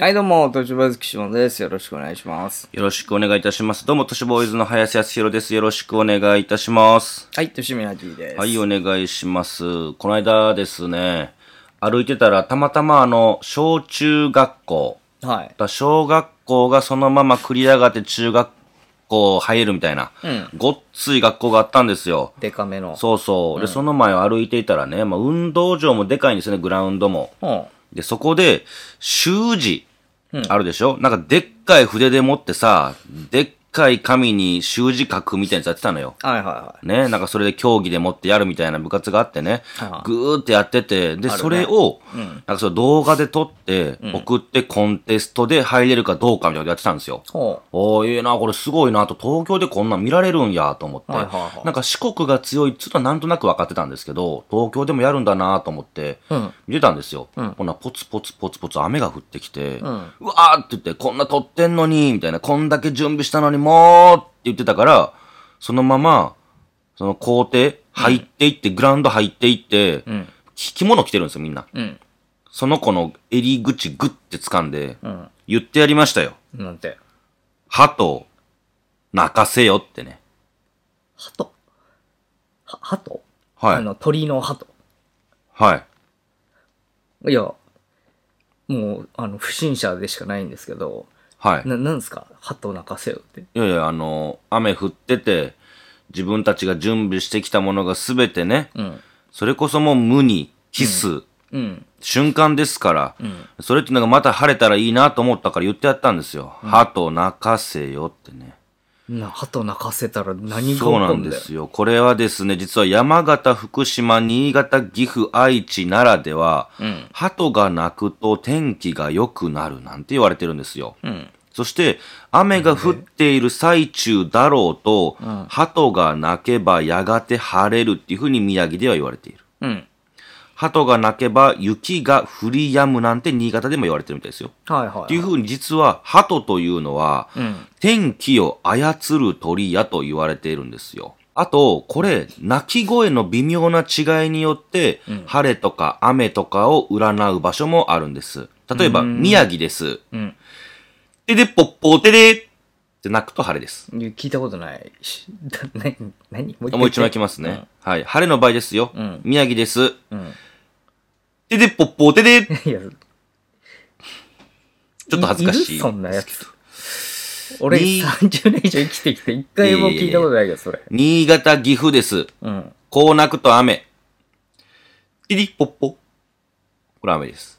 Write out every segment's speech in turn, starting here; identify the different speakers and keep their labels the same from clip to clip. Speaker 1: はい、どうも、トシボーイズ岸本です。よろしくお願いします。
Speaker 2: よろしくお願いいたします。どうも、都市ボーイズの林康弘です。よろしくお願いいたします。
Speaker 1: はい、トシミナティです。
Speaker 2: はい、お願いします。この間ですね、歩いてたら、たまたまあの、小中学校、
Speaker 1: はい。
Speaker 2: 小学校がそのまま繰り上がって中学校入るみたいな、
Speaker 1: う
Speaker 2: ごっつい学校があったんですよ。
Speaker 1: デカめの。
Speaker 2: そうそう。で、その前を歩いていたらね、まあ、運動場もでかいんですよね、グラウンドも。
Speaker 1: うん。
Speaker 2: で、そこで、習字
Speaker 1: うん、
Speaker 2: あるでしょ、なんかでっかい筆でもってさ、でっかい紙に習字書くみたいなやつやってたのよ。
Speaker 1: はいはいは
Speaker 2: ね、なんかそれで競技でもってやるみたいな部活があってね
Speaker 1: はいはい、
Speaker 2: ぐーってやって
Speaker 1: あ
Speaker 2: て、で、
Speaker 1: るね
Speaker 2: それを、なんかその動画で撮って、送ってコンテストで入れるかどうかみたいなことやってたんですよ。
Speaker 1: い。ほ
Speaker 2: おー、ええな、これすごいなと、東京でこんなん見られるんやと思って、
Speaker 1: はいはいはい
Speaker 2: なんか四国が強いっつうのはなんとなく分かってたんですけど、東京でもやるんだなと思って、
Speaker 1: うん
Speaker 2: 見てたんですよ。
Speaker 1: うん
Speaker 2: ほな、ポツポツポツポツ雨が降ってきて、
Speaker 1: ん
Speaker 2: うわーって言って、こんな撮ってんのに、みたいな、こんだけ準備したのに、もうって言ってたから、そのまま、その校庭入っていって、グラウンド入っていって、
Speaker 1: う。うん。
Speaker 2: 着物着てるんですよ、みんな。
Speaker 1: うん。
Speaker 2: その子の襟口グッて掴んで、
Speaker 1: うん。
Speaker 2: 言ってやりましたよ。
Speaker 1: なんて。
Speaker 2: 鳩を泣かせよってね。
Speaker 1: 鳩は、鳩あ
Speaker 2: は
Speaker 1: の、鳥の鳩。
Speaker 2: い。はい。
Speaker 1: いや、もう、あの、不審者でしかないんですけど、
Speaker 2: はい。
Speaker 1: な、なんですか鳩泣かせよって。
Speaker 2: いやいや、あの、雨降ってて、自分たちが準備してきたものがすべてね、
Speaker 1: うん。
Speaker 2: それこそもう無に、キス、
Speaker 1: うん。
Speaker 2: 瞬間ですから、それっていうのがまた晴れたらいいなと思ったから言ってやったんですよ。鳩泣かせよってね。
Speaker 1: な、鳩泣かせたら何が起
Speaker 2: そう
Speaker 1: こ
Speaker 2: な
Speaker 1: る
Speaker 2: ん
Speaker 1: んだ
Speaker 2: で
Speaker 1: よ。
Speaker 2: すよ。これはですね、実は山形、福島、新潟、岐阜、愛知、奈良では、
Speaker 1: うん。
Speaker 2: 鳩が鳴くと天気が良くなるなんて言われてるんですよ。
Speaker 1: うん。
Speaker 2: そして、雨が降っている最中だろうと、鳩が鳴けばやがて晴れるっていうふうに宮城では言われている。
Speaker 1: うん。
Speaker 2: 鳩が鳴けば雪が降り止むなんて新潟でも言われてるみたいですよ。
Speaker 1: はいはい。
Speaker 2: っていうふうに実は鳩というのは、
Speaker 1: うん。
Speaker 2: 天気を操る鳥やと言われているんですよ。あと、これ、鳴き声の微妙な違いによって、晴れとか雨とかを占う場所もあるんです。例えば、宮城です。
Speaker 1: うん。
Speaker 2: てでぽっぽてでって鳴くと晴れです。
Speaker 1: いや聞いたことないし、 だ何何もう
Speaker 2: もう一枚いき
Speaker 1: ま
Speaker 2: ますね。はい。晴れの場合ですよ。
Speaker 1: うん
Speaker 2: 宮城です。
Speaker 1: うん。
Speaker 2: てでぽっぽてで
Speaker 1: いや、
Speaker 2: ちょっと恥ずかし
Speaker 1: い
Speaker 2: い。
Speaker 1: るそんなやつ。俺30年以上生きてきて一回も聞いたことないけど、それ。
Speaker 2: 新潟、岐阜です。
Speaker 1: うん。
Speaker 2: こう鳴くと雨。てりぽっぽ。これ雨です。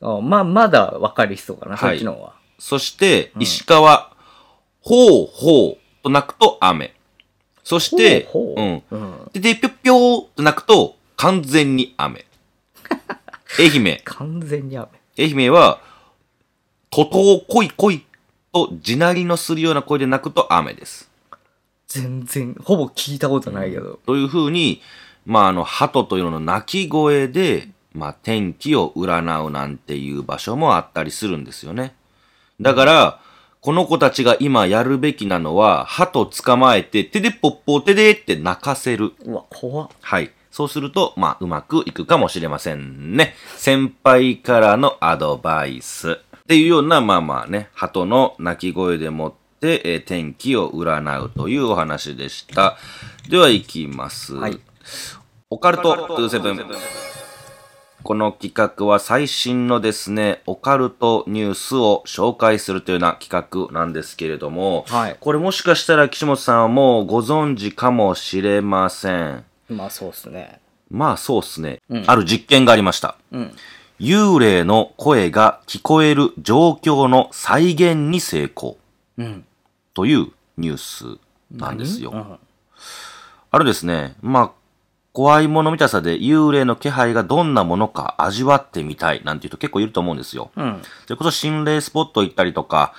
Speaker 1: あまあ、まだ分かりそうかな、
Speaker 2: は
Speaker 1: そ
Speaker 2: い
Speaker 1: っちの方は。
Speaker 2: そして、石川、ほうほうと鳴くと雨。そして、
Speaker 1: ほうほ
Speaker 2: うん。
Speaker 1: う。うん。
Speaker 2: てでぴょっぴょーと鳴くと完全に 雨。愛媛。
Speaker 1: 完全に雨。
Speaker 2: 愛媛は、徒党来い来いと地鳴りのするような声で鳴くと雨です。
Speaker 1: 全然、ほぼ聞いたことないけど。
Speaker 2: というふうに、まあ、あの、鳩というのの鳴き声で、まあ、天気を占うなんていう場所もあったりするんですよね。だから、この子たちが今やるべきなのは、鳩捕まえて、手でぽっぽ手でって鳴かせる。
Speaker 1: うわ、怖っ。
Speaker 2: はい。そうすると、まあ、うまくいくかもしれませんね。先輩からのアドバイス。っていうような、まあまあね、鳩の鳴き声でもって、えー天気を占うというお話でした。では、いきます。
Speaker 1: はい。
Speaker 2: オカルト27。この企画は最新のですね、オカルトニュースを紹介するというような企画なんですけれども、
Speaker 1: はい
Speaker 2: これもしかしたら岸本さんはもうご存知かもしれません。
Speaker 1: まあ、そうっすね。
Speaker 2: まあそうっすね。ある実験がありました。
Speaker 1: うん。
Speaker 2: 幽霊の声が聞こえる状況の再現に成功
Speaker 1: うん。
Speaker 2: というニュースなんですよ。
Speaker 1: うん。
Speaker 2: あれですね、まあ、怖いもの見たさで幽霊の気配がどんなものか味わってみたいなんていう人結構いると思うんですよ。
Speaker 1: うん。
Speaker 2: それこそ心霊スポット行ったりとか、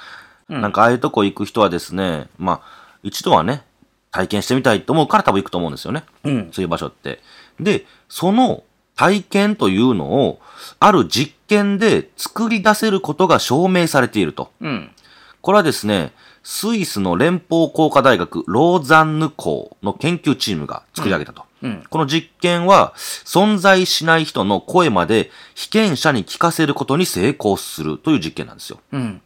Speaker 2: なんかああいうとこ行く人はですね、まあ、一度はね、体験してみたいと思うから多分行くと思うんですよね。
Speaker 1: うん。
Speaker 2: そういう場所って。で、その体験というのを、ある実験で作り出せることが証明されていると。
Speaker 1: うん。
Speaker 2: これはですね、スイスの連邦工科大学ローザンヌ校の研究チームが作り上げたと。
Speaker 1: うん。
Speaker 2: この実験は、存在しない人の声まで被験者に聞かせることに成功するという実験なんですよ。
Speaker 1: うん。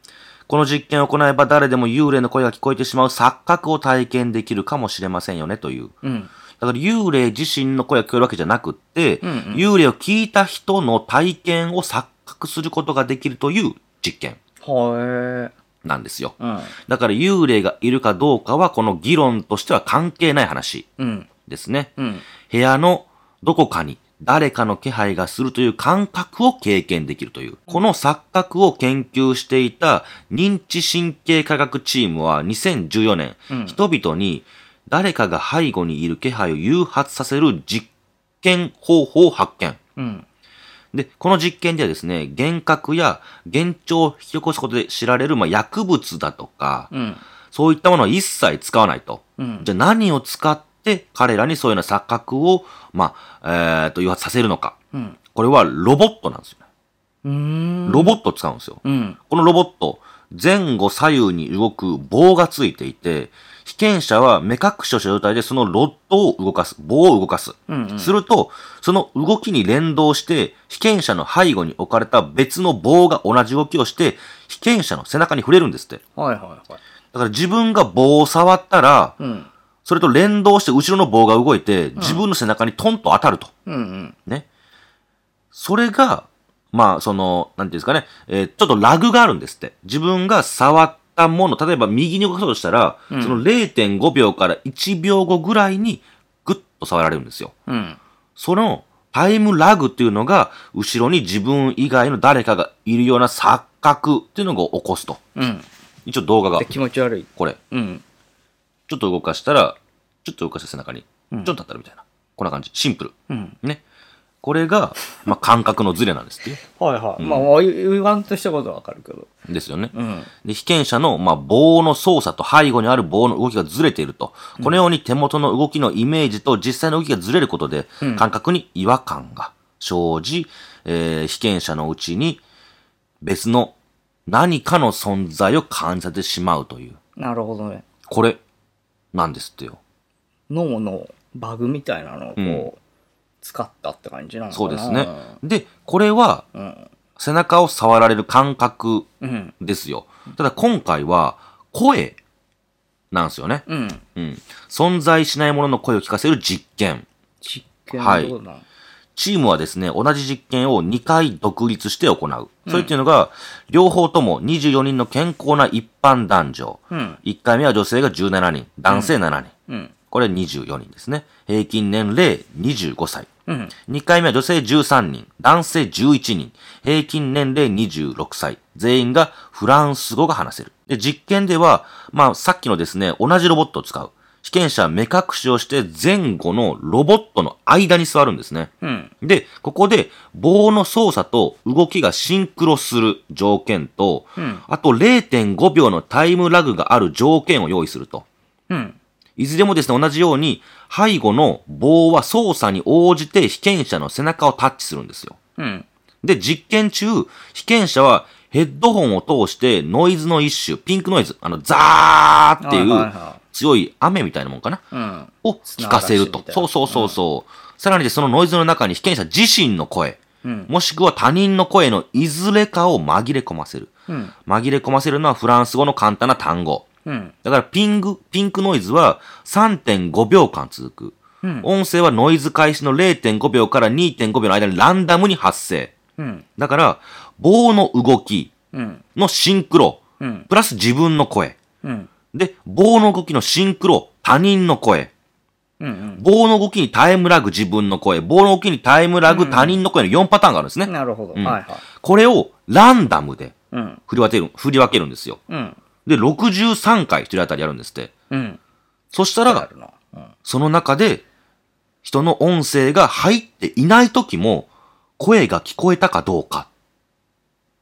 Speaker 2: この実験を行えば誰でも幽霊の声が聞こえてしまう錯覚を体験できるかもしれませんよねという。
Speaker 1: うん。
Speaker 2: だから幽霊自身の声が聞こえるわけじゃなくって、
Speaker 1: んうん
Speaker 2: 幽霊を聞いた人の体験を錯覚することができるという実験
Speaker 1: は
Speaker 2: なんですよ。
Speaker 1: え。うん。
Speaker 2: だから幽霊がいるかどうかはこの議論としては関係ない話
Speaker 1: うん。
Speaker 2: ですね。
Speaker 1: うん。
Speaker 2: 部屋のどこかに誰かの気配がするという感覚を経験できるという。この錯覚を研究していた認知神経科学チームは2014年、
Speaker 1: うん
Speaker 2: 人々に誰かが背後にいる気配を誘発させる実験方法を発見。
Speaker 1: うん。
Speaker 2: で、この実験ではですね、幻覚や幻聴を引き起こすことで知られる、まあ、薬物だとか、
Speaker 1: うん。
Speaker 2: そういったものは一切使わないと。
Speaker 1: うん。
Speaker 2: じゃあ何を使って彼らにそういうような錯覚を、まあ、えー、と、誘発させるのか。
Speaker 1: うん。
Speaker 2: これはロボットなんですよね。
Speaker 1: うーん。
Speaker 2: ロボットを使うんですよ。
Speaker 1: うん。
Speaker 2: このロボット、前後左右に動く棒がついていて、被験者は目隠しをした状態でそのロッドを動かす、棒を動かす。
Speaker 1: うんうん
Speaker 2: すると、その動きに連動して、被験者の背後に置かれた別の棒が同じ動きをして、被験者の背中に触れるんですって。
Speaker 1: はいはいはい。
Speaker 2: だから自分が棒を触ったら、
Speaker 1: うん。
Speaker 2: それと連動して後ろの棒が動いて、自分の背中にトンと当たると。
Speaker 1: うんうん。
Speaker 2: ね。それが、まあ、その、なんていうんですかね、えーちょっとラグがあるんですって。自分が触ったもの、例えば右に動かそうとしたら、その0.5秒から1秒後ぐらいに、グッと触られるんですよ。
Speaker 1: うん。
Speaker 2: その、タイムラグっていうのが、後ろに自分以外の誰かがいるような錯覚っていうのを起こすと。
Speaker 1: うん。
Speaker 2: 一応動画が
Speaker 1: で、、気持ち悪い。
Speaker 2: これ。
Speaker 1: うん。
Speaker 2: ちょっと動かしたら、ちょっと動かした背中に、ち
Speaker 1: う
Speaker 2: ょ
Speaker 1: ん
Speaker 2: っと当たるみたいな。こんな感じ。シンプル。
Speaker 1: うん。
Speaker 2: ね。これが、まあ、感覚のズレなんですって。
Speaker 1: はいはい。まあ、言わんとしたことはわかるけど。
Speaker 2: ですよね。
Speaker 1: うん。
Speaker 2: で、被験者の、まあ、棒の操作と背後にある棒の動きがずれていると。このように手元の動きのイメージと実際の動きがずれることで、感覚に違和感が生じ、えー被験者のうちに別の何かの存在を感じてしまうという。
Speaker 1: なるほどね。
Speaker 2: これ、なんですってよ。
Speaker 1: 脳のバグみたいなのを
Speaker 2: う
Speaker 1: こう、使ったって感じなのかな。
Speaker 2: そうですね。で、これは、
Speaker 1: ん
Speaker 2: 背中を触られる感覚
Speaker 1: うん。
Speaker 2: ですよ。ただ今回は、声、なんですよね。
Speaker 1: うん。
Speaker 2: うん。存在しないものの声を聞かせる実験。
Speaker 1: 実験のことなの。
Speaker 2: チームはですね、同じ実験を2回独立して行う。それっていうのが、両方とも24人の健康な一般男女。
Speaker 1: うん。
Speaker 2: 1回目は女性が17人、男性7人。
Speaker 1: うん。
Speaker 2: これ24人ですね。平均年齢25歳。
Speaker 1: うん。
Speaker 2: 2回目は女性13人、男性11人、平均年齢26歳、全員がフランス語が話せる。で、実験では、まあ、さっきのですね、同じロボットを使う。被験者は目隠しをして前後のロボットの間に座るんですね。
Speaker 1: うん。
Speaker 2: で、ここで棒の操作と動きがシンクロする条件と、
Speaker 1: うん
Speaker 2: あと0.5秒のタイムラグがある条件を用意すると。
Speaker 1: うん。
Speaker 2: いずれもですね、同じように、背後の棒は操作に応じて被験者の背中をタッチするんですよ。
Speaker 1: うん。
Speaker 2: で、実験中、被験者はヘッドホンを通してノイズの一種、ピンクノイズ、あの、ザーっ
Speaker 1: は
Speaker 2: て
Speaker 1: いはい
Speaker 2: いう
Speaker 1: は
Speaker 2: 強い雨みたいなもんかな、
Speaker 1: うん。
Speaker 2: を聞かせると
Speaker 1: 砂。嵐みたい
Speaker 2: そ
Speaker 1: な
Speaker 2: うそうそうそう。さらにそのノイズの中に被験者自身の声、
Speaker 1: うん。
Speaker 2: もしくは他人の声のいずれかを紛れ込ませる。
Speaker 1: うん。
Speaker 2: 紛れ込ませるのはフランス語の簡単な単語。
Speaker 1: うん。
Speaker 2: だからピング、ピンクノイズは3.5秒間続く。
Speaker 1: うん
Speaker 2: 音声はノイズ開始の0.5秒から2.5秒の間にランダムに発生。
Speaker 1: うん。
Speaker 2: だから、棒の動き
Speaker 1: うん。
Speaker 2: のシンクロ、
Speaker 1: うん。
Speaker 2: プラス自分の声。
Speaker 1: うん。
Speaker 2: で、棒の動きのシンクロ、他人の声。
Speaker 1: うん。
Speaker 2: 棒の動きにタイムラグ自分の声。棒の動きにタイムラグ他人の声の4パターンがあるんですね。
Speaker 1: なるほど。はいはい。
Speaker 2: これをランダムで
Speaker 1: うん。
Speaker 2: 振り分ける、振り分けるんですよ。
Speaker 1: うん。
Speaker 2: で、63回一人当たりやるんですって。
Speaker 1: うん。
Speaker 2: そしたら、
Speaker 1: るな。うん。
Speaker 2: その中で、人の音声が入っていない時も、声が聞こえたかどうか、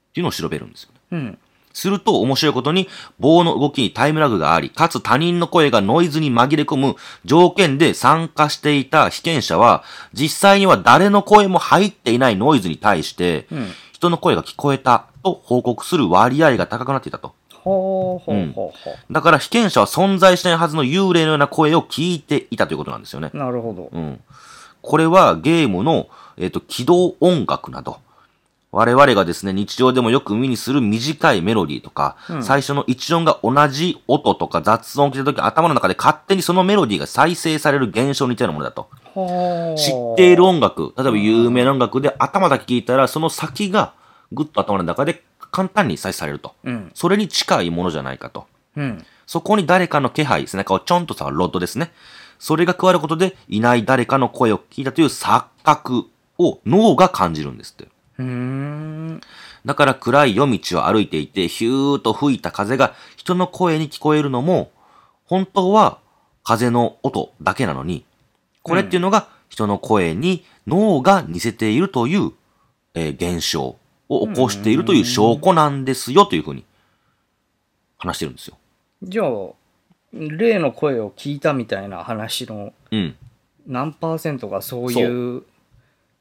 Speaker 2: っていうのを調べるんですよね。
Speaker 1: うん。
Speaker 2: すると、面白いことに、棒の動きにタイムラグがあり、かつ他人の声がノイズに紛れ込む条件で参加していた被験者は、実際には誰の声も入っていないノイズに対して、
Speaker 1: うん。
Speaker 2: 人の声が聞こえたと報告する割合が高くなっていたと。
Speaker 1: ほうほうほうほ
Speaker 2: だから被験者は存在しないはずの幽霊のような声を聞いていたということなんですよね
Speaker 1: う。。なるほど。
Speaker 2: うん。これはゲームの、えっ、と、起動音楽など、我々がですね、日常でもよく耳にする短いメロディーとか、最初の一音が同じ音とか雑音を聞いた時、頭の中で勝手にそのメロディーが再生される現象に似たようなものだと。
Speaker 1: ほう
Speaker 2: 知っている音楽、例えば有名な音楽で頭だけ聞いたら、その先がぐっと頭の中で簡単に再生されると。
Speaker 1: うん。
Speaker 2: それに近いものじゃないかと。
Speaker 1: うん。
Speaker 2: そこに誰かの気配、背中をちょんと触るロッドですね。それが加わることで、いない誰かの声を聞いたという錯覚を脳が感じるんですって。
Speaker 1: うーん。
Speaker 2: だから暗い夜道を歩いていて、ヒューと吹いた風が人の声に聞こえるのも、本当は風の音だけなのに、これっていうのが人の声に脳が似せているという、えー現象を起こしているという証拠なんですよというふうに話してるんですよ。
Speaker 1: じゃあ、例の声を聞いたみたいな話の
Speaker 2: うん。
Speaker 1: 何パーセントがそう
Speaker 2: そ
Speaker 1: いう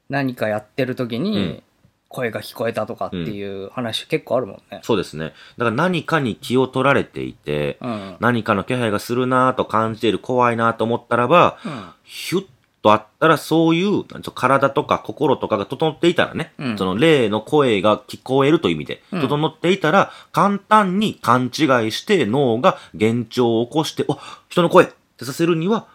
Speaker 1: 何かやってる時に声が聞こえたとかっていう話結構あるもんね。
Speaker 2: そうですね。だから何かに気を取られていて、
Speaker 1: うん。
Speaker 2: 何かの気配がするなぁと感じている、怖いなぁと思ったらば、
Speaker 1: うん
Speaker 2: ヒュッとあったら、そういう、なんていうの体とか心とかが整っていたらね、
Speaker 1: うん
Speaker 2: その霊の声が聞こえるという意味で、
Speaker 1: うん
Speaker 2: 整っていたら、簡単に勘違いして脳が幻聴を起こして、お人の声ってさせるには、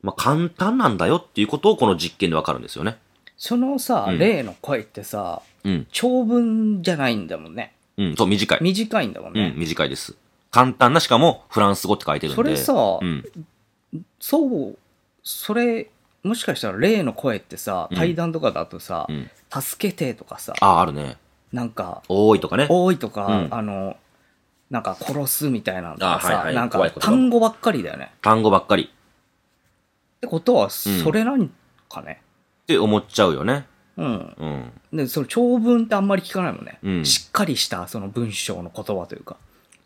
Speaker 2: まあ、簡単なんだよっていうことをこの実験でわかるんですよね。
Speaker 1: そのさ、
Speaker 2: うん
Speaker 1: 例の声ってさ、
Speaker 2: うん。
Speaker 1: 長文じゃないんだもんね。
Speaker 2: うん、そう、短い。
Speaker 1: 短いんだもん
Speaker 2: うん
Speaker 1: ね、。
Speaker 2: 短いです。簡単な、しかも、フランス語って書いてるん
Speaker 1: そ
Speaker 2: で。
Speaker 1: れさ、
Speaker 2: うん。
Speaker 1: そう、それ、もしかしたら例の声ってさ、
Speaker 2: うん
Speaker 1: 対談とかだとさ、
Speaker 2: うん
Speaker 1: 助けてとかさ、
Speaker 2: ああ、あるね。
Speaker 1: なんか、
Speaker 2: 多いとかね。
Speaker 1: 多いとか、
Speaker 2: うん
Speaker 1: あの、なんか殺すみたいなのとかさ、
Speaker 2: あはいはい
Speaker 1: なんか
Speaker 2: 怖い言葉
Speaker 1: 単語ばっかりだよね。
Speaker 2: 単語ばっかり
Speaker 1: ってことは、それなんかね。
Speaker 2: って思っちゃうよね。
Speaker 1: うん。
Speaker 2: うん。
Speaker 1: で、その長文ってあんまり聞かないもんね。
Speaker 2: うん
Speaker 1: しっかりした、その文章の言葉というか。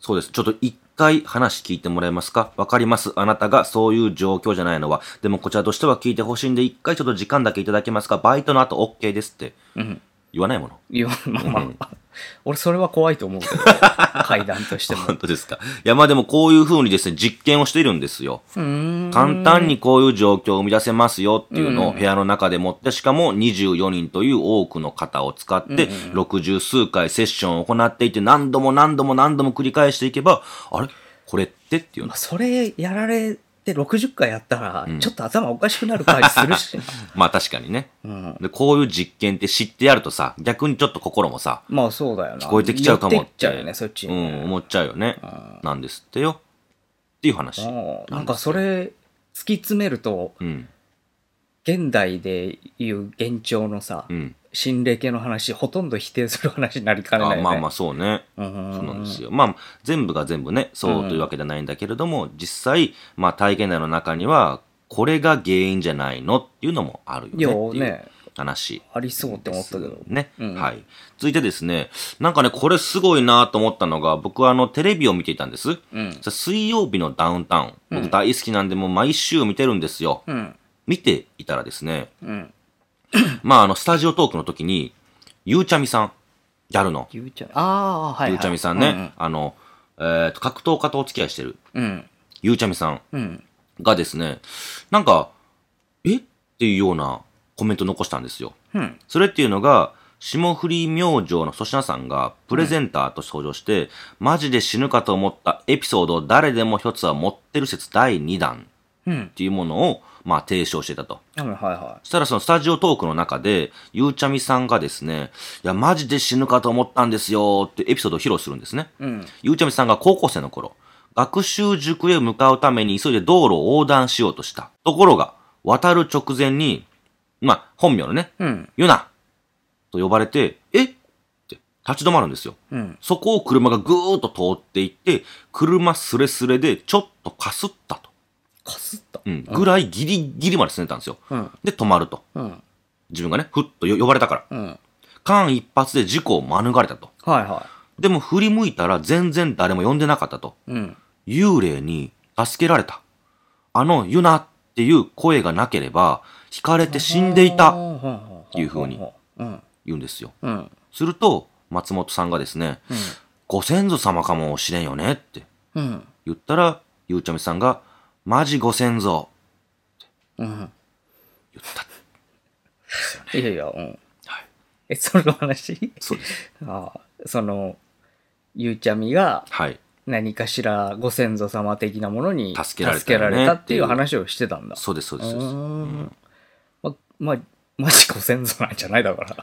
Speaker 2: そうです。ちょっと一回話聞いてもらえますかわかります。あなたがそういう状況じゃないのは。でもこちらとしては聞いてほしいんで、一回ちょっと時間だけいただけますかバイトの後 OK ですって
Speaker 1: うん。
Speaker 2: 言わないもの。
Speaker 1: いや、まあまあ、
Speaker 2: うん
Speaker 1: 俺それは怖いと思う けど、階段としても。
Speaker 2: 本当ですか。いや、まあでもこういう風にですね、実験をしているんですよ。
Speaker 1: うーん
Speaker 2: 簡単にこういう状況を生み出せますよっていうのを
Speaker 1: うん
Speaker 2: 部屋の中でもって、しかも24人という多くの方を使って、60数回セッションを行っていて、何度も何度も何度も繰り返していけば、あれこれってっていう
Speaker 1: ま
Speaker 2: の
Speaker 1: あ、。それやられて60回やったら、
Speaker 2: ん
Speaker 1: ちょっと頭おかしくなる感じする し、
Speaker 2: まあ確かにね。
Speaker 1: うん、
Speaker 2: で、こういう実験って知ってやるとさ、逆にちょっと心もさ、
Speaker 1: まあそうだよな
Speaker 2: 聞こえてきちゃうかも
Speaker 1: 寄っ
Speaker 2: っ
Speaker 1: て
Speaker 2: て。
Speaker 1: っちゃうよねそっち
Speaker 2: う
Speaker 1: に
Speaker 2: ん、
Speaker 1: ね、
Speaker 2: 思っちゃうよね。なんですってよ。っていう話。
Speaker 1: うんなんかそれ突き詰めると
Speaker 2: うん、
Speaker 1: 現代でいう現状のさ、
Speaker 2: うん。
Speaker 1: 心霊系の話ほとんど否定する話になりかねないよ
Speaker 2: あ
Speaker 1: ね
Speaker 2: まあまあそうね。
Speaker 1: うん
Speaker 2: そうなんですよ。まあ、全部が全部ね、そうというわけじゃないんだけれども、実際、まあ体験談の中には、これが原因じゃないのっていうのもあるよね。
Speaker 1: よう
Speaker 2: っていう
Speaker 1: ね
Speaker 2: 話。
Speaker 1: ありそうって思ったけど、
Speaker 2: ね、
Speaker 1: うん
Speaker 2: はい。続いてですね、なんかね、これすごいなと思ったのが、僕はあの、テレビを見ていたんです。
Speaker 1: うん
Speaker 2: 水曜日のダウンタウン。僕大好きなんで、もう毎週見てるんですよ。
Speaker 1: うん
Speaker 2: 見ていたらですね、
Speaker 1: うん
Speaker 2: まああの、スタジオトークの時に、ゆうちゃみさん、ギャルの、
Speaker 1: ゆうちゃみああーはい、はい、
Speaker 2: ゆうちゃみさんね、あの、えーと、格闘家とお付き合いしてる、
Speaker 1: うんうん
Speaker 2: ゆうちゃみさん
Speaker 1: うん
Speaker 2: がですね、なんか、えっていうようなコメント残したんですよ。
Speaker 1: うん
Speaker 2: それっていうのが、霜降り明星の粗品さんがプレゼンターとして登場して、マジで死ぬかと思ったエピソードを誰でも一つは持ってる説第2弾
Speaker 1: うん
Speaker 2: っていうものを、まあ、提唱してたと。
Speaker 1: はいはいは
Speaker 2: そしたらそのスタジオトークの中で、ゆうちゃみさんがですね、いや、マジで死ぬかと思ったんですよってエピソードを披露するんですね。
Speaker 1: いうん
Speaker 2: ゆうちゃみさんが高校生の頃、学習塾へ向かうために急いで道路を横断しようとした。ところが、渡る直前に、まあ、本名のね、
Speaker 1: うん
Speaker 2: ユナと呼ばれて、えって立ち止まるんですよ。
Speaker 1: うん
Speaker 2: そこを車がぐーっと通っていって、車すれすれでちょっとかすったと。
Speaker 1: かすった
Speaker 2: うん。ぐらいギリギリまで進んでたんですよ。
Speaker 1: うん
Speaker 2: で、止まると。
Speaker 1: うん
Speaker 2: 自分がね、ふっとよ呼ばれたか
Speaker 1: う
Speaker 2: ら。
Speaker 1: ん
Speaker 2: 間一髪で事故を免れたと。
Speaker 1: はいは
Speaker 2: でも振り向いたら全然誰も呼んでなかったと。
Speaker 1: い。うん。
Speaker 2: 幽霊に助けられた。あの、ユナっていう声がなければ、惹かれて死んでいた、
Speaker 1: って
Speaker 2: いう風に
Speaker 1: うん。
Speaker 2: 言うんですよ。
Speaker 1: うん。
Speaker 2: すると、松本さんがですね、ご先祖様かもしれんよねって
Speaker 1: うん。
Speaker 2: 言ったら、ゆうちゃみさんが、マジご先祖。
Speaker 1: うん。
Speaker 2: 言った。
Speaker 1: いやいや、うん。
Speaker 2: はい。
Speaker 1: え、その話
Speaker 2: そうです。
Speaker 1: ああ、その、ゆうちゃみが
Speaker 2: はい。
Speaker 1: 何かしらご先祖様的なものに
Speaker 2: 助けられたよね
Speaker 1: 助けられたってい
Speaker 2: っていう
Speaker 1: う話をしてたんだ。
Speaker 2: そうです、そう
Speaker 1: う
Speaker 2: です。そうです
Speaker 1: ーん。ま、まあ、マジご先祖なんじゃないだから。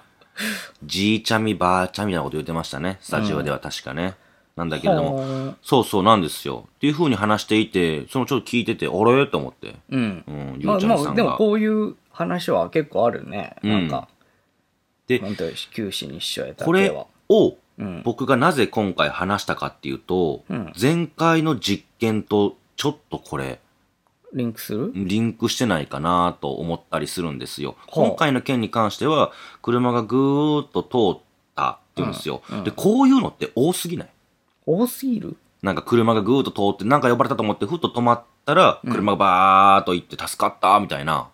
Speaker 2: じいちゃみ、ばあちゃみみたいなこと言ってましたね。スタジオでは確かね。なんだけれども。
Speaker 1: も。
Speaker 2: そうそうなんですよ。っていうふうに話していて、そのちょっと聞いてて、あれと思って。
Speaker 1: うん
Speaker 2: う。ん、ゆ
Speaker 1: ま
Speaker 2: う
Speaker 1: あ
Speaker 2: ちゃみ
Speaker 1: ま
Speaker 2: さ
Speaker 1: あ、
Speaker 2: ん
Speaker 1: で
Speaker 2: が
Speaker 1: も。こういう話は結構あるね。
Speaker 2: うん
Speaker 1: なんか、
Speaker 2: で
Speaker 1: 本当に九死に一生やだけ
Speaker 2: これ
Speaker 1: は。
Speaker 2: を
Speaker 1: うん
Speaker 2: 僕がなぜ今回話したかっていうと、
Speaker 1: うん
Speaker 2: 前回の実験とちょっとこれ、
Speaker 1: リンクする
Speaker 2: リンクしてないかなと思ったりするんですよ。
Speaker 1: ほう
Speaker 2: 今回の件に関しては、車がぐーっと通ったっていうんですよ、
Speaker 1: うんうん
Speaker 2: で、こういうのって多すぎない
Speaker 1: 多すぎる
Speaker 2: なんか車がぐーっと通って、なんか呼ばれたと思って、ふっと止まったら、
Speaker 1: ん
Speaker 2: 車がバーっと行って助かった、みたいな。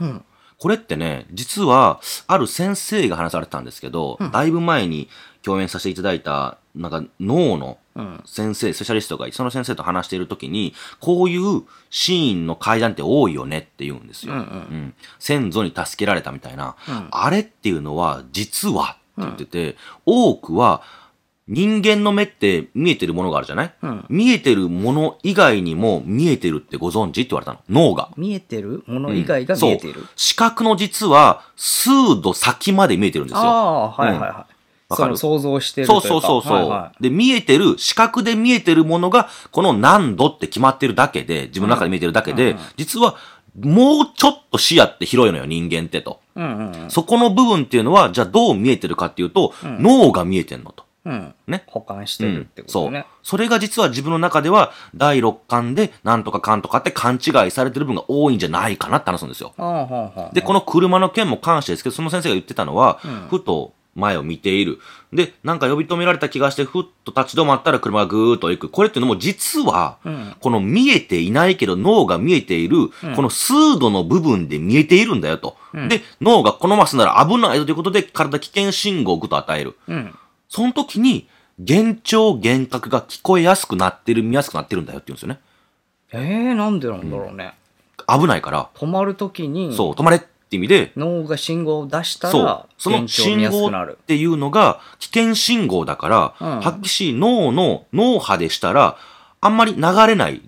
Speaker 1: うん。
Speaker 2: これってね、実は、ある先生が話されてたんですけど、だいぶ前に共演させていただいた、なんか脳の
Speaker 1: うん。
Speaker 2: 先生、スペシャリストがいて、その先生と話しているときに、こういうシーンの階段って多いよねって言うんです
Speaker 1: うんう
Speaker 2: よ。うん
Speaker 1: ん。
Speaker 2: 先祖に助けられたみたいな。
Speaker 1: うん
Speaker 2: あれっていうのは、実はって言ってて、多くは、人間の目って見えてるものがあるじゃない、
Speaker 1: うん
Speaker 2: 見えてるもの以外にも見えてるってご存知って言われたの。脳が。
Speaker 1: 見えてるもの
Speaker 2: うん
Speaker 1: 以外が見えてる。
Speaker 2: そう視覚の実は、数度先まで見えてるんですよ。
Speaker 1: ああ、はいはいはい。
Speaker 2: うん
Speaker 1: そ
Speaker 2: わかる
Speaker 1: の想像してるとい
Speaker 2: そうう
Speaker 1: か
Speaker 2: そうそうそう、
Speaker 1: はいは
Speaker 2: で、見えてる、視覚で見えてるものが、この何度って決まってるだけで、自分の中で見えてるだけで、
Speaker 1: うんうん
Speaker 2: 実は、もうちょっと視野って広いのよ、人間ってと。
Speaker 1: いうんうん
Speaker 2: そこの部分っていうのは、じゃあどう見えてるかっていうと、脳が見えてんのと。
Speaker 1: うん。うん。
Speaker 2: ね。
Speaker 1: 保管してるってこと
Speaker 2: うん
Speaker 1: ね。
Speaker 2: そう。それが実は自分の中では、第六感で、なんとかかんとかって勘違いされてる部分が多いんじゃないかなって話すんですよ。
Speaker 1: ああ、はあはあ。
Speaker 2: で、この車の件も関してですけど、その先生が言ってたのは、
Speaker 1: うん
Speaker 2: ふと前を見ている。で、なんか呼び止められた気がして、ふっと立ち止まったら車がぐーっと行く。これっていうのも実は、
Speaker 1: うん
Speaker 2: この見えていないけど脳が見えている、
Speaker 1: うん
Speaker 2: この数度の部分で見えているんだよと。
Speaker 1: うん
Speaker 2: で、脳がこのマスなら危ないぞということで、体危険信号をぐっと与える。
Speaker 1: うん。
Speaker 2: その時に、幻聴幻覚が聞こえやすくなってる、見やすくなってるんだよって言うんですよね。
Speaker 1: えー、なんでなんだろうね。
Speaker 2: 危ないから、
Speaker 1: 止まるときに、
Speaker 2: そう、止まれって意味で、
Speaker 1: 脳が信号を出した
Speaker 2: そう
Speaker 1: ら、、
Speaker 2: その
Speaker 1: 現状見
Speaker 2: 信
Speaker 1: やす
Speaker 2: 号
Speaker 1: くなる
Speaker 2: っ。ていうのが危険信号だから、
Speaker 1: うん
Speaker 2: はっきし脳の脳波でしたら、あんまり流れない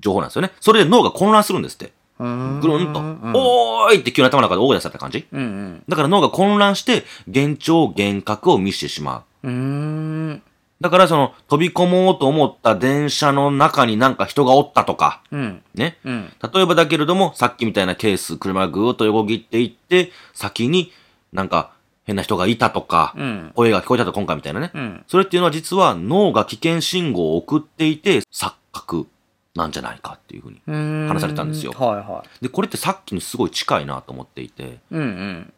Speaker 2: 情報なんですよね。それで脳が混乱するんですって。
Speaker 1: ぐる
Speaker 2: ぐるんと。
Speaker 1: お
Speaker 2: おーいって急に頭の中で大声出された感じ。
Speaker 1: うんうん。
Speaker 2: だから脳が混乱して、幻聴幻覚を見せてしまう。
Speaker 1: うーん。
Speaker 2: だからその、飛び込もうと思った電車の中になんか人がおったとか、
Speaker 1: うん。
Speaker 2: ね。
Speaker 1: うん。
Speaker 2: 例えばだけれども、さっきみたいなケース、車がぐーっと横切っていって、先になんか変な人がいたとか、
Speaker 1: うん。
Speaker 2: 声が聞こえたと今回みたいなね。
Speaker 1: うん。
Speaker 2: それっていうのは実は脳が危険信号を送っていて錯覚なんじゃないかっていうふうに。
Speaker 1: うーん
Speaker 2: 話されたんですよ
Speaker 1: はいは
Speaker 2: で、これってさっきにすごい近いなと思っていて、
Speaker 1: い。うんうん。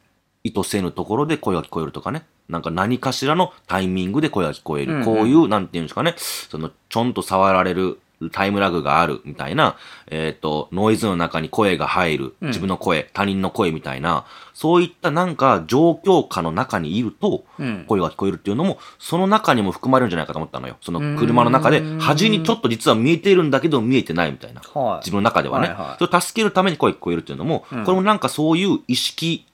Speaker 2: 意図せぬところで声が聞こえるとかね。なんか何かしらのタイミングで声が聞こえる。
Speaker 1: うんうん
Speaker 2: こういう、なんていうんですかね、その、ちょんと触られるタイムラグがあるみたいな、えっ、と、ノイズの中に声が入る。
Speaker 1: うん
Speaker 2: 自分の声、他人の声みたいな、そういったなんか状況下の中にいると、
Speaker 1: うん。
Speaker 2: 声が聞こえるっていうのも、その中にも含まれるんじゃないかと思ったのよ。その車の中で、端にちょっと実は見えているんだけど見えてないみたいな。
Speaker 1: はい。
Speaker 2: 自分の中ではね。
Speaker 1: はいはい
Speaker 2: それを助けるために声が聞こえるっていうのも、
Speaker 1: うん
Speaker 2: これもなんかそういう意識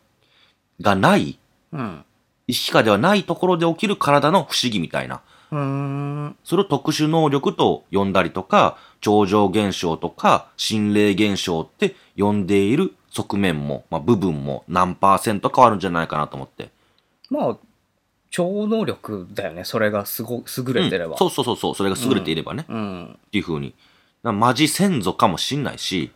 Speaker 2: がない、
Speaker 1: うん。
Speaker 2: 意識下ではないところで起きる体の不思議みたいな。
Speaker 1: うーん。
Speaker 2: それを特殊能力と呼んだりとか、超常現象とか、心霊現象って呼んでいる側面も、まあ、部分も何パーセントかはあるんじゃないかなと思って。
Speaker 1: まあ、超能力だよね。それがすご、優れてれば。
Speaker 2: うんそうそうそうそう、それが優れていればね。
Speaker 1: うん。
Speaker 2: っていう風に。なマジ先祖かもしんないし、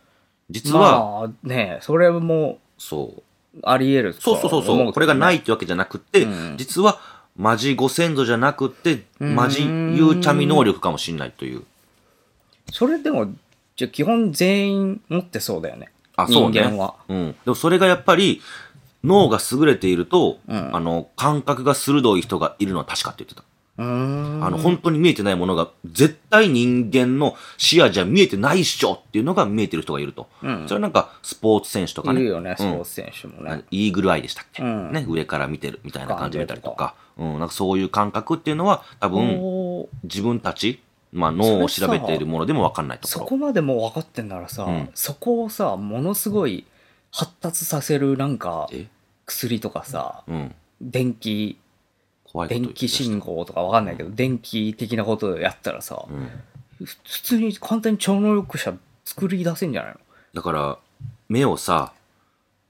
Speaker 2: 実は、
Speaker 1: まあ、ねそれも
Speaker 2: そう。
Speaker 1: あり得ると
Speaker 2: そう
Speaker 1: は
Speaker 2: そうそう
Speaker 1: 思
Speaker 2: そう、
Speaker 1: けど
Speaker 2: これがないってわけじゃなくて、
Speaker 1: うん
Speaker 2: 実は、マジご先祖じゃなくて、
Speaker 1: うん
Speaker 2: マジゆうちゃみ能力かもしんないという。
Speaker 1: それでも、じゃあ基本全員持ってそうだよね。
Speaker 2: あ、そうね。
Speaker 1: 人間は。
Speaker 2: うん。でもそれがやっぱり、脳が優れていると、
Speaker 1: うん
Speaker 2: あの、感覚が鋭い人がいるのは確かって言ってた。
Speaker 1: うーん。
Speaker 2: あの、本当に見えてないものが、絶対人間の視野じゃ見えてないっしょっていうのが見えてる人がいると。
Speaker 1: うん
Speaker 2: それはなんか、スポーツ選手とか
Speaker 1: い
Speaker 2: ね。
Speaker 1: るよね、ス
Speaker 2: う
Speaker 1: ポ
Speaker 2: ん
Speaker 1: ーツ選手も
Speaker 2: なん
Speaker 1: ね
Speaker 2: か。イーグルアイでしたっけ、
Speaker 1: うん
Speaker 2: ね、上から見てるみたいな感じで見たりとか、うん、なんかそういう感覚っていうのは多分、
Speaker 1: おお
Speaker 2: 自分たち、まあ、脳を調べているものでも分かんないと
Speaker 1: そ
Speaker 2: ころ。
Speaker 1: こまでもう分かってんならさ、
Speaker 2: うん
Speaker 1: そこをさものすごい発達させるなんか
Speaker 2: え
Speaker 1: 薬とかさ
Speaker 2: うん。
Speaker 1: 電気
Speaker 2: 怖いこと
Speaker 1: 電
Speaker 2: 言って
Speaker 1: 気信号とか分かんないけど電気的なことをやったらさ、
Speaker 2: うん。
Speaker 1: ふ普通に簡単に超能力者作り出せんじゃないの
Speaker 2: だから、目をさ、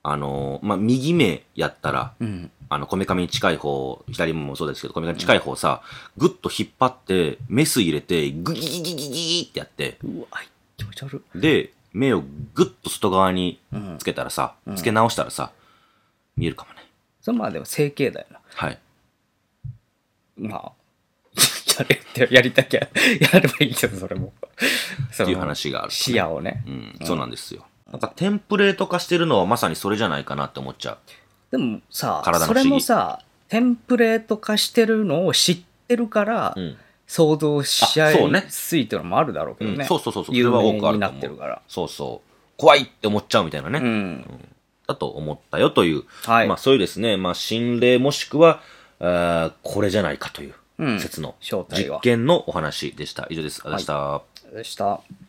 Speaker 2: あのーまあ、右目やったら、
Speaker 1: うん
Speaker 2: あの、こめかみに近い方、左目もそうですけど、こめかみに近い方さ、ぐっと引っ張って、メス入れて、グギギギギギってやって、
Speaker 1: うわはい気持ち悪い
Speaker 2: で、目をぐっと外側に
Speaker 1: うん
Speaker 2: つけたらさ、
Speaker 1: うん
Speaker 2: つけ直したらさ、見えるかもね。
Speaker 1: それまあでも整形だよな
Speaker 2: はい。
Speaker 1: まあ やれってやりたきゃやればいいけどそれもそ
Speaker 2: っていう
Speaker 1: の
Speaker 2: 話がある、
Speaker 1: 視野をね
Speaker 2: うん、そうなんですよ。なんかテンプレート化してるのはまさにそれじゃないかなって思っちゃ
Speaker 1: でもさ
Speaker 2: 体
Speaker 1: そ
Speaker 2: の不思議
Speaker 1: れもさテンプレート化してるのを知ってるから、
Speaker 2: う。うん。
Speaker 1: 想像し合
Speaker 2: あそう
Speaker 1: い
Speaker 2: ね
Speaker 1: やすいっていうのもあるだろうけどね、
Speaker 2: うんそうそうそうそう
Speaker 1: 有
Speaker 2: それは多
Speaker 1: 名
Speaker 2: くあ
Speaker 1: に
Speaker 2: る
Speaker 1: な
Speaker 2: と思う
Speaker 1: ってるから
Speaker 2: そうそう。怖いって思っちゃうみたいなね。
Speaker 1: うん
Speaker 2: だと思ったよという。
Speaker 1: はい、
Speaker 2: まあそういうですね、まあ心霊もしくは、あーこれじゃないかという
Speaker 1: うん
Speaker 2: 説の
Speaker 1: 正体は
Speaker 2: 実験のお話でした。以上です。ありがとうございました。
Speaker 1: でした